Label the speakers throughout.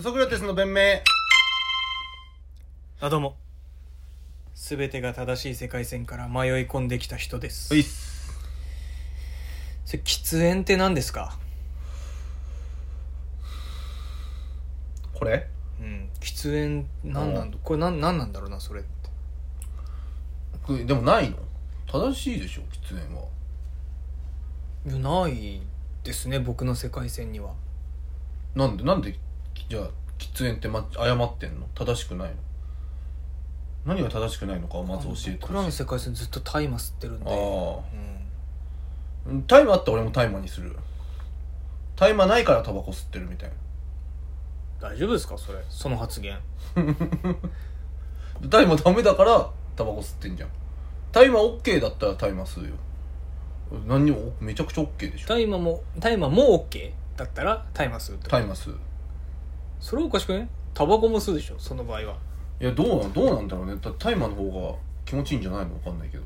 Speaker 1: ソクラテスの弁明
Speaker 2: あどうもすべてが正しい世界線から迷い込んできた人です
Speaker 1: ういっす
Speaker 2: それ喫煙って何ですか
Speaker 1: これ
Speaker 2: うん喫煙何なんだこれ何何なんだろうなそれって
Speaker 1: これでもないの正しいでしょ喫煙はい
Speaker 2: やないですね僕の世界線には
Speaker 1: なんでなんでじゃあ喫煙って、ま、誤ってんの正しくないの何が正しくないのかをまず教えて
Speaker 2: 僕ら
Speaker 1: ほ
Speaker 2: の
Speaker 1: しい
Speaker 2: 世界線ずっと大麻吸ってるんで
Speaker 1: ああ
Speaker 2: うん
Speaker 1: タイマーあったら俺もタイマーにするタイマーないからタバコ吸ってるみたいな
Speaker 2: 大丈夫ですかそれその発言
Speaker 1: タイマーダメだからタバコ吸ってんじゃんタイマー OK だったらタイマー吸うよ何にもめちゃくちゃ OK でしょ
Speaker 2: 大麻も大麻も OK だったら大麻吸うってこと
Speaker 1: タイマー吸う
Speaker 2: それおかしくねタバコも吸うでしょその場合はい
Speaker 1: やどうなんどうなんだろうねだタイマーの方が気持ちいいんじゃないのわかんないけど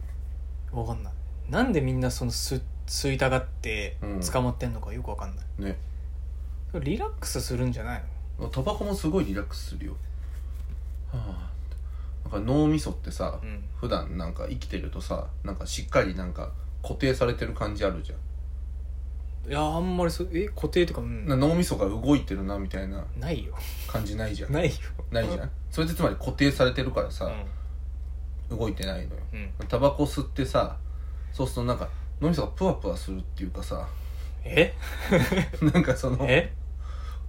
Speaker 2: わかんないなんでみんなその吸吸いたがって
Speaker 1: うん
Speaker 2: 捕まってんのかよくわかんない、
Speaker 1: ね
Speaker 2: リラックスするんじゃないの
Speaker 1: タバコもすごいリラックスするよはあなんか脳みそってさ、
Speaker 2: うん
Speaker 1: 普段なんか生きてるとさなんかしっかりなんか固定されてる感じあるじゃん
Speaker 2: いやあんまりそうえ固定とか、うん、
Speaker 1: な脳みそが動いてるなみたいな
Speaker 2: ないよ
Speaker 1: 感じないじゃん
Speaker 2: ないよ
Speaker 1: ないじゃんそれってつまり固定されてるからさ、動いてないのよ
Speaker 2: うん、うん、
Speaker 1: タバコ吸ってさそうするとなんか脳みそがプワプワするっていうかさ
Speaker 2: え
Speaker 1: なんかその
Speaker 2: え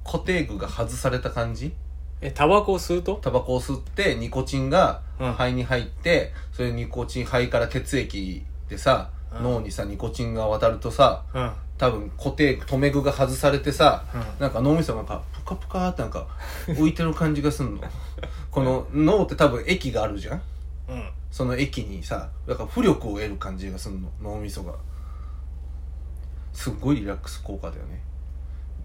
Speaker 1: 固定具が外された感じ
Speaker 2: えタバコを吸うと
Speaker 1: タバコを吸ってニコチンが
Speaker 2: うん
Speaker 1: 肺に入って、それニコチン肺から血液でさ、
Speaker 2: うん
Speaker 1: 脳にさニコチンが渡るとさ
Speaker 2: うんうん
Speaker 1: 多分固定具留め具が外されてさ、なんか脳みそがなんかプカプカってなんか浮いてる感じがすん のこの脳って多分液があるじゃん
Speaker 2: うん
Speaker 1: その液にさだから浮力を得る感じがするの脳みそがすっごいリラックス効果だよね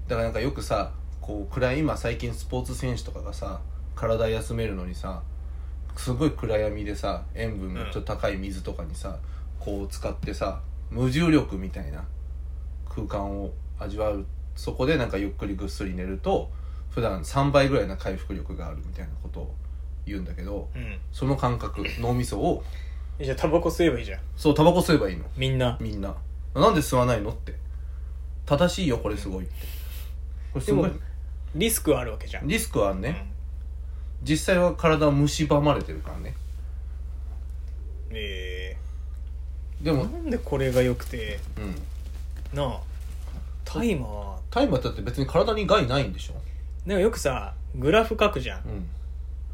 Speaker 1: だからなんかよくさこう暗い今最近スポーツ選手とかがさ体休めるのにさすごい暗闇でさ塩分がちょっと高い水とかにさ、こう使ってさ無重力みたいな空間を味わうそこでなんかゆっくりぐっすり寝ると普段3倍ぐらいな回復力があるみたいなことを言うんだけど
Speaker 2: うん
Speaker 1: その感覚脳みそを
Speaker 2: えじゃあタバコ吸えばいいじゃん
Speaker 1: そうタバコ吸えばいいの
Speaker 2: みんな
Speaker 1: みんななんで吸わないのって正しいよこれすごいってこれすごい
Speaker 2: でもリスクはあるわけじゃん、
Speaker 1: リスクはある
Speaker 2: う
Speaker 1: ね、
Speaker 2: ん
Speaker 1: 実際は体を蝕まれてるからね
Speaker 2: え
Speaker 1: でも
Speaker 2: ー、なんでこれが良くて
Speaker 1: うん
Speaker 2: なあタイマーは
Speaker 1: タイマーだって別に体に害ないんでしょ
Speaker 2: なんかよくさグラフ書くじゃん、
Speaker 1: うん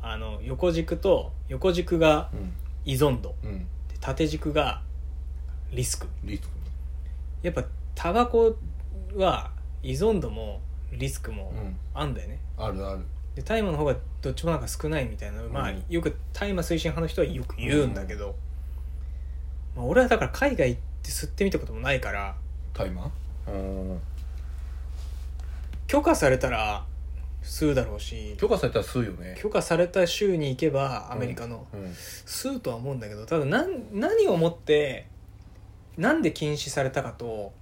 Speaker 2: あの横軸と横軸が
Speaker 1: うん
Speaker 2: 依存度
Speaker 1: うん
Speaker 2: で縦軸がリスク
Speaker 1: リスク
Speaker 2: やっぱタバコは依存度もリスクも
Speaker 1: うん
Speaker 2: あんだよね、
Speaker 1: あるある
Speaker 2: で大麻の方がどっちもなんか少ないみたいな、まあ
Speaker 1: うん
Speaker 2: よく大麻推進派の人はよく言うんだけど、まあ、俺はだから海外行って吸ってみたこともないから
Speaker 1: タイマーうん
Speaker 2: 許可されたら吸うだろうし
Speaker 1: 許可されたら吸うよね
Speaker 2: 許可された州に行けばアメリカの、
Speaker 1: うん
Speaker 2: 吸うとは思うんだけど多分なん何をもってなんで禁止されたかと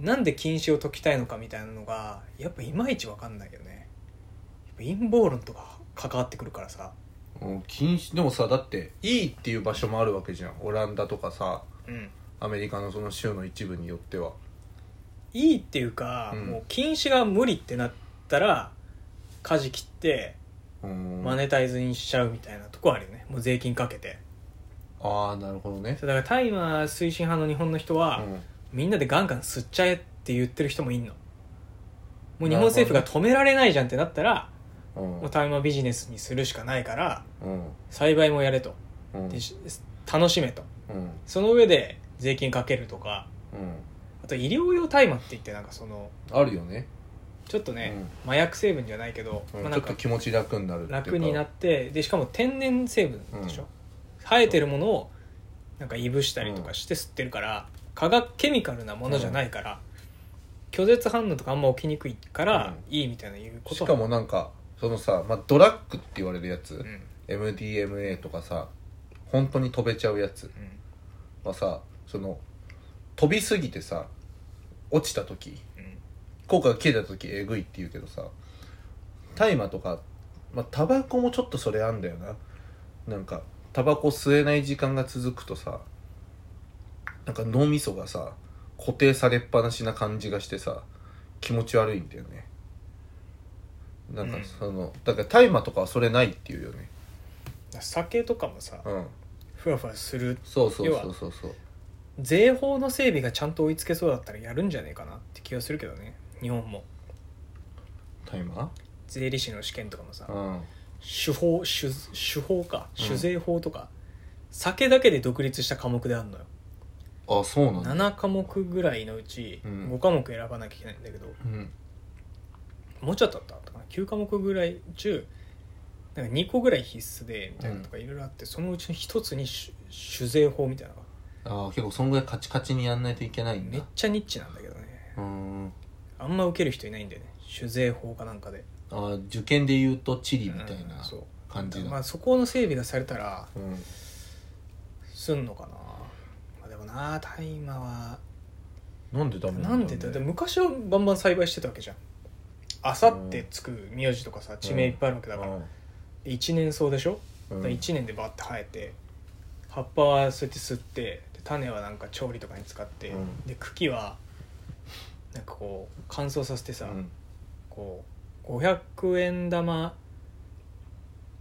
Speaker 2: なんで禁止を解きたいのかみたいなのがやっぱいまいち分かんないよねやっぱ陰謀論とか関わってくるからさ
Speaker 1: うん禁止でもさだっていいっていう場所もあるわけじゃんオランダとかさ
Speaker 2: うん
Speaker 1: アメリカのその州の一部によってはい
Speaker 2: いっていうか、
Speaker 1: うん
Speaker 2: もう禁止が無理ってなったら舵切って
Speaker 1: うん
Speaker 2: マネタイズにしちゃうみたいなとこあるよねもう税金かけて
Speaker 1: ああなるほどね
Speaker 2: そうだからタイマー推進派の日本の人は、
Speaker 1: うん
Speaker 2: みんなでガンガン吸っちゃえって言ってる人もいんのもう日本政府が止められないじゃんってなったら
Speaker 1: うん
Speaker 2: もう大麻ビジネスにするしかないから
Speaker 1: うん
Speaker 2: 栽培もやれと
Speaker 1: うん
Speaker 2: でし楽しめと
Speaker 1: うん
Speaker 2: その上で税金かけるとか
Speaker 1: うん
Speaker 2: あと医療用大麻って言ってなんかその
Speaker 1: あるよね
Speaker 2: ちょっとね、麻薬成分じゃないけど、
Speaker 1: うん
Speaker 2: まあ、
Speaker 1: ち
Speaker 2: な
Speaker 1: ょ
Speaker 2: ん
Speaker 1: っと
Speaker 2: か
Speaker 1: 気持ち楽になるっていうか
Speaker 2: 楽になってでしかも天然成分でしょ、
Speaker 1: うん
Speaker 2: 生えてるものをなんかいぶしたりとかして吸ってるから化学ケミカルなものじゃないから、拒絶反応とかあんま起きにくいから、いいみたいないうこと
Speaker 1: しかもなんかそのさ、まあ、ドラッグって言われるやつ、
Speaker 2: うん
Speaker 1: MDMA とかさ本当に飛べちゃうやつ
Speaker 2: うん
Speaker 1: はさその飛びすぎてさ落ちた時
Speaker 2: うん
Speaker 1: 効果が切れた時えぐいって言うけどさ大麻とか、まあ、タバコもちょっとそれあんだよななんかタバコ吸えない時間が続くとさなんか脳みそがさ固定されっぱなしな感じがしてさ気持ち悪いんだよねなんか
Speaker 2: うん
Speaker 1: その、だから大麻とかはそれないっていうよね
Speaker 2: 酒とかもさ
Speaker 1: うん
Speaker 2: ふわふわする
Speaker 1: そうそうそうそうそう
Speaker 2: 税法の整備がちゃんと追いつけそうだったらやるんじゃねえかなって気がするけどね日本も
Speaker 1: 大麻
Speaker 2: 税理士の試験とかもさ
Speaker 1: うん
Speaker 2: 手法酒酒法か
Speaker 1: うん
Speaker 2: 酒税法とか、酒だけで独立した科目であんのよ
Speaker 1: あそうなんだ
Speaker 2: 7科目ぐらいのうち
Speaker 1: うん
Speaker 2: 5科目選ばなきゃいけないんだけど、
Speaker 1: うん
Speaker 2: もうちょっとあったかな9科目ぐらい中なんか2個ぐらい必須でみたいなのとかいろいろあって、そのうちの1つに酒酒税法みたいなのが
Speaker 1: ああ結構そんぐらいカチカチにやんないといけないん
Speaker 2: めっ
Speaker 1: だ
Speaker 2: ちゃニッチなんだけどね
Speaker 1: うーん
Speaker 2: あんま受ける人いないんだよね酒税法かなんかで
Speaker 1: あー受験で言うと地理みたい
Speaker 2: うん
Speaker 1: な
Speaker 2: そう
Speaker 1: 感じだ、
Speaker 2: まあ、そこの整備がされたら
Speaker 1: うん
Speaker 2: すんのかな、まあ、でもな大麻は
Speaker 1: なんでダメ
Speaker 2: なんでだって昔はバンバン栽培してたわけじゃんあさってつく名字とかさ地名いっぱいあるわけだから、で1年草でしょ、
Speaker 1: うん
Speaker 2: だ1年でバッて生えて葉っぱはそうやって吸ってで種はなんか調理とかに使って、
Speaker 1: うん
Speaker 2: で茎はなんかこう乾燥させてさ、
Speaker 1: うん
Speaker 2: こう500円玉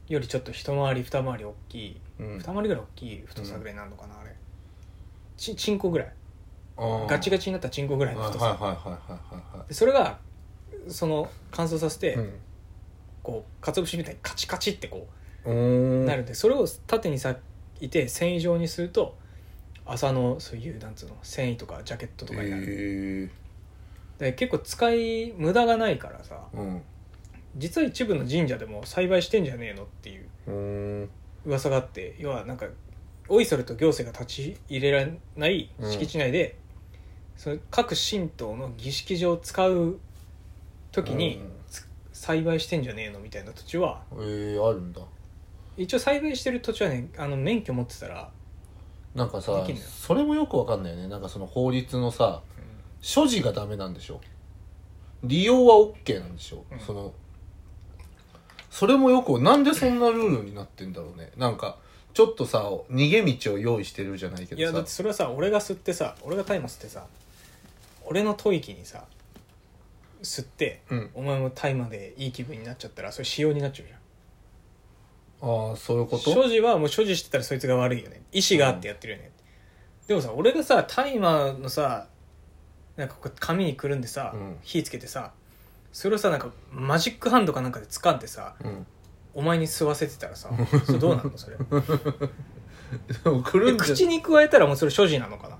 Speaker 2: よりちょっと一回り二回り大きい
Speaker 1: うん
Speaker 2: 二回りぐらい大きい太さぐらいになるのかな、あれちチンコぐらいガチガ
Speaker 1: チ
Speaker 2: チになったチンコぐらいの
Speaker 1: はいはい
Speaker 2: 太
Speaker 1: はい
Speaker 2: さ
Speaker 1: はいはいは
Speaker 2: でそれがその乾燥させて、
Speaker 1: いうん
Speaker 2: こう鰹節みたいにカチカチってこ
Speaker 1: おー
Speaker 2: うなるんでそれを縦に裂いて繊維状にすると麻のそういうなんつうの繊維とかジャケットとかになる、
Speaker 1: へ
Speaker 2: で結構使い無駄がないからさ
Speaker 1: ーうん
Speaker 2: 実は一部の神社でも栽培してんじゃねえのっていう
Speaker 1: うーん
Speaker 2: 噂があって要はなんかおいそれと行政が立ち入れられない敷地内で、その各神道の儀式上使う時に
Speaker 1: うん
Speaker 2: つ栽培してんじゃねえのみたいな土地は
Speaker 1: えー、あるんだ
Speaker 2: 一応栽培してる土地はねあの免許持ってたら、
Speaker 1: なんか
Speaker 2: で
Speaker 1: さ
Speaker 2: きんのよ
Speaker 1: それもよくわかんないよねなんかその法律のさ所持がダメなんでしょ利用は OK なんでしょ、
Speaker 2: うん
Speaker 1: そのそれもよくなんでそんなルールになってんだろうねなんかちょっとさ逃げ道を用意してるじゃないけ
Speaker 2: いやだ
Speaker 1: ど
Speaker 2: って
Speaker 1: さ
Speaker 2: それはさ俺が吸ってさ俺が大麻吸ってさ俺の吐息にさ吸って
Speaker 1: うん
Speaker 2: お前も大麻でいい気分になっちゃったらそれ使用になっちゃうじゃん
Speaker 1: ああそういうこと
Speaker 2: 所持はもう所持してたらそいつが悪いよね意思があってやってるよね、でもさ俺がさ大麻のさなんかこう紙にくるんでさ、
Speaker 1: うん
Speaker 2: 火つけてさそれをさなんかマジックハンドかなんかで掴んでさ
Speaker 1: うん
Speaker 2: お前に吸わせてたらさそれどうなる のそれ
Speaker 1: でもくる
Speaker 2: で
Speaker 1: んじゃ
Speaker 2: 口に加えたらもうそれ所持なのかな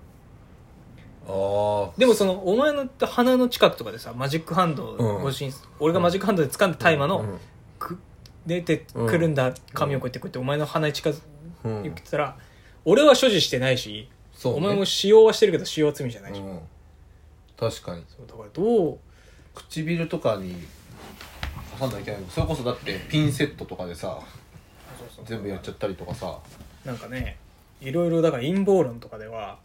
Speaker 1: ああ
Speaker 2: でもそのお前の鼻の近くとかでさマジックハンドを越しに、俺がマジックハンドで掴んで大麻
Speaker 1: う
Speaker 2: の
Speaker 1: ん
Speaker 2: く出てくるんだ紙をこうやってこうやってお前の鼻に近づ
Speaker 1: うん
Speaker 2: いてたら、俺は所持してないし
Speaker 1: そうね
Speaker 2: お前も使用はしてるけど使用は罪じゃないでしょ、
Speaker 1: うん確かに
Speaker 2: そうだからどう
Speaker 1: 唇とかに挟んだらいけないそれこそだってピンセットとかでさ全部やっちゃったりとかさ
Speaker 2: なんかねいろいろだから陰謀論とかでは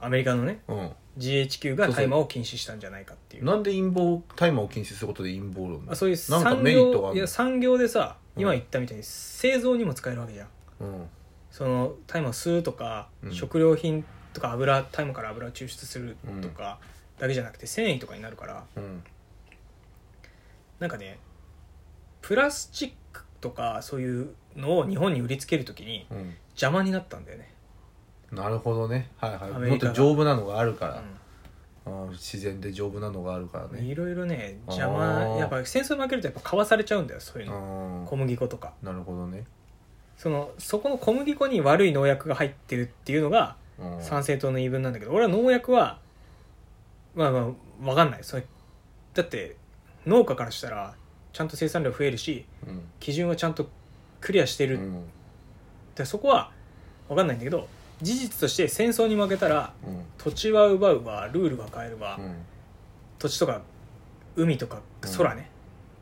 Speaker 2: アメリカのね
Speaker 1: うん
Speaker 2: GHQ が大麻を禁止したんじゃないかっていう
Speaker 1: なんで陰謀大麻を禁止することで陰謀論
Speaker 2: あそういう
Speaker 1: なんか
Speaker 2: 産
Speaker 1: メリットがある
Speaker 2: 業い
Speaker 1: の
Speaker 2: や産業でさ
Speaker 1: うん
Speaker 2: 今言ったみたいに製造にも使えるわけじゃん
Speaker 1: うん
Speaker 2: その大麻を吸うとか、
Speaker 1: うん
Speaker 2: 食料品とか油大麻から油を抽出するとかだけじゃなくて繊維とかになるから
Speaker 1: うん
Speaker 2: なんかねプラスチックとかそういうのを日本に売りつけるときに
Speaker 1: うん
Speaker 2: 邪魔になったんだよね、
Speaker 1: なるほどねはい
Speaker 2: ア
Speaker 1: はい
Speaker 2: メ
Speaker 1: もっ
Speaker 2: リカ
Speaker 1: と
Speaker 2: が
Speaker 1: 丈夫なのがあるか
Speaker 2: う
Speaker 1: ら
Speaker 2: ん、
Speaker 1: うん自然で丈夫なのがあるからね
Speaker 2: いろいろね
Speaker 1: あー
Speaker 2: 邪魔やっぱ戦争に負けるとやっぱ買わされちゃうんだよそういう
Speaker 1: う
Speaker 2: の
Speaker 1: ん
Speaker 2: 小麦粉とか
Speaker 1: なるほどね
Speaker 2: そのそこの小麦粉に悪い農薬が入ってるっていうのが
Speaker 1: うん
Speaker 2: 参政党の言い分なんだけど俺は農薬はまあまあ分かんないそれだって農家からしたらちゃんと生産量増えるし
Speaker 1: うん
Speaker 2: 基準はちゃんとクリアして
Speaker 1: う
Speaker 2: る、だか
Speaker 1: ん
Speaker 2: らそこは分かんないんだけど事実として戦争に負けたら
Speaker 1: うん
Speaker 2: 土地は奪うわルールは変えるわ、
Speaker 1: うん
Speaker 2: 土地とか海とか空ね、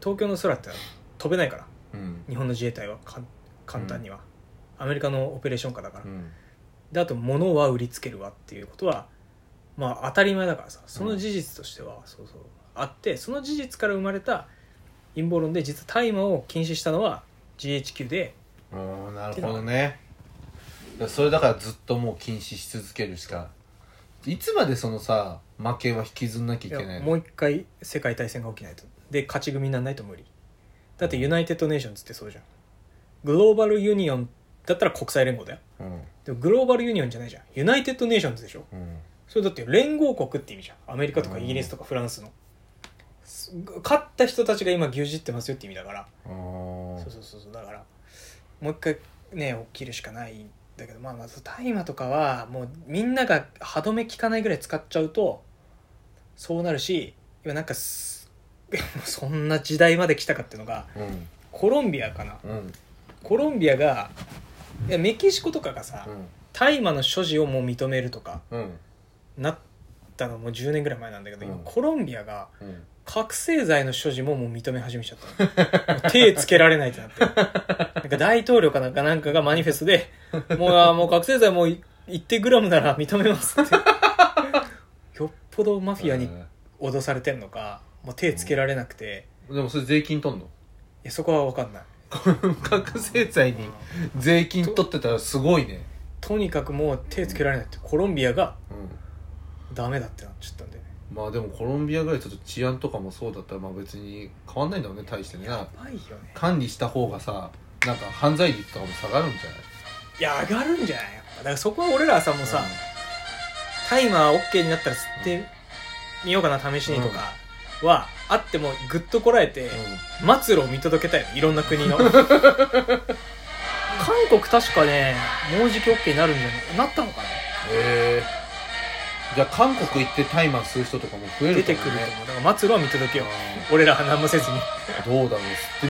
Speaker 2: 東京の空って飛べないから
Speaker 1: うん
Speaker 2: 日本の自衛隊はかん簡単には、アメリカのオペレーション下だから、
Speaker 1: うん
Speaker 2: であと物は売りつけるわっていうことはまあ当たり前だからさその事実としては、そうそうあってその事実から生まれた陰謀論で実は大麻を禁止したのは GHQ で
Speaker 1: おーなるほどねそれだからずっともう禁止し続けるしかいつまでそのさ負けは引きずんなきゃいけないい
Speaker 2: や
Speaker 1: の
Speaker 2: もう一回世界大戦が起きないとで勝ち組にならないと無理だってユナイテッド・ネーションズってそうじゃんグローバル・ユニオンだったら国際連合だよ
Speaker 1: うん
Speaker 2: でもグローバル・ユニオンじゃないじゃんユナイテッド・ネーションズでしょ
Speaker 1: うん
Speaker 2: それだって連合国って意味じゃんアメリカとかイギリスとかフランスの、す勝った人たちが今牛耳ってますよって意味だから
Speaker 1: あ
Speaker 2: そう
Speaker 1: ー
Speaker 2: そうそうそうだからもう一回ね起きるしかないんだけどまあまず大麻とかはもうみんなが歯止め効かないぐらい使っちゃうとそうなるし今なんかす そんな時代まで来たかっていうのが
Speaker 1: うん
Speaker 2: コロンビアかな
Speaker 1: うん
Speaker 2: コロンビアがいやメキシコとかがさ
Speaker 1: うん
Speaker 2: 大麻の所持をもう認めるとか
Speaker 1: うん
Speaker 2: なったのも10年ぐらい前なんだけど今
Speaker 1: うん
Speaker 2: コロンビアが
Speaker 1: うん
Speaker 2: 覚醒剤の所持ももう認め始めちゃったのもう手つけられないってな ってなんか大統領かなんかなんかがマニフェスト でもうあーもう覚醒剤もうい1定グラムなら認めます ってよっぽどマフィアに脅されてんのかもう手つけられなくて
Speaker 1: うんでもそれ税金取ん の
Speaker 2: いやそこは分かんない
Speaker 1: 覚醒剤に税金取ってたらすごいね
Speaker 2: とにかくもう手つけられないってコロンビアが
Speaker 1: うん
Speaker 2: ダメだってなっちゃったんだよね
Speaker 1: まあでもコロンビアぐらいちょっと治安とかもそうだったらまあ別に変わんないんだろうね大してね
Speaker 2: やばいよね
Speaker 1: 管理した方がさなんか犯罪率とかも下がるんじゃない
Speaker 2: いや上がるんじゃないやっぱだからそこは俺らはさもうさ、タイマー OK になったら吸ってみようかな試しにとかは、あってもぐっとこらえて、
Speaker 1: う
Speaker 2: 末路を見届けたいのいろんな国の韓国確かねもうじき OK になるんじゃないなったのかな
Speaker 1: えー、じゃあ韓国行ってタイマーする人とかも増え
Speaker 2: 出
Speaker 1: るか
Speaker 2: て
Speaker 1: も
Speaker 2: くると
Speaker 1: ね
Speaker 2: 思うだから末路は見届けよう俺らは何もせずに
Speaker 1: どうだろう吸って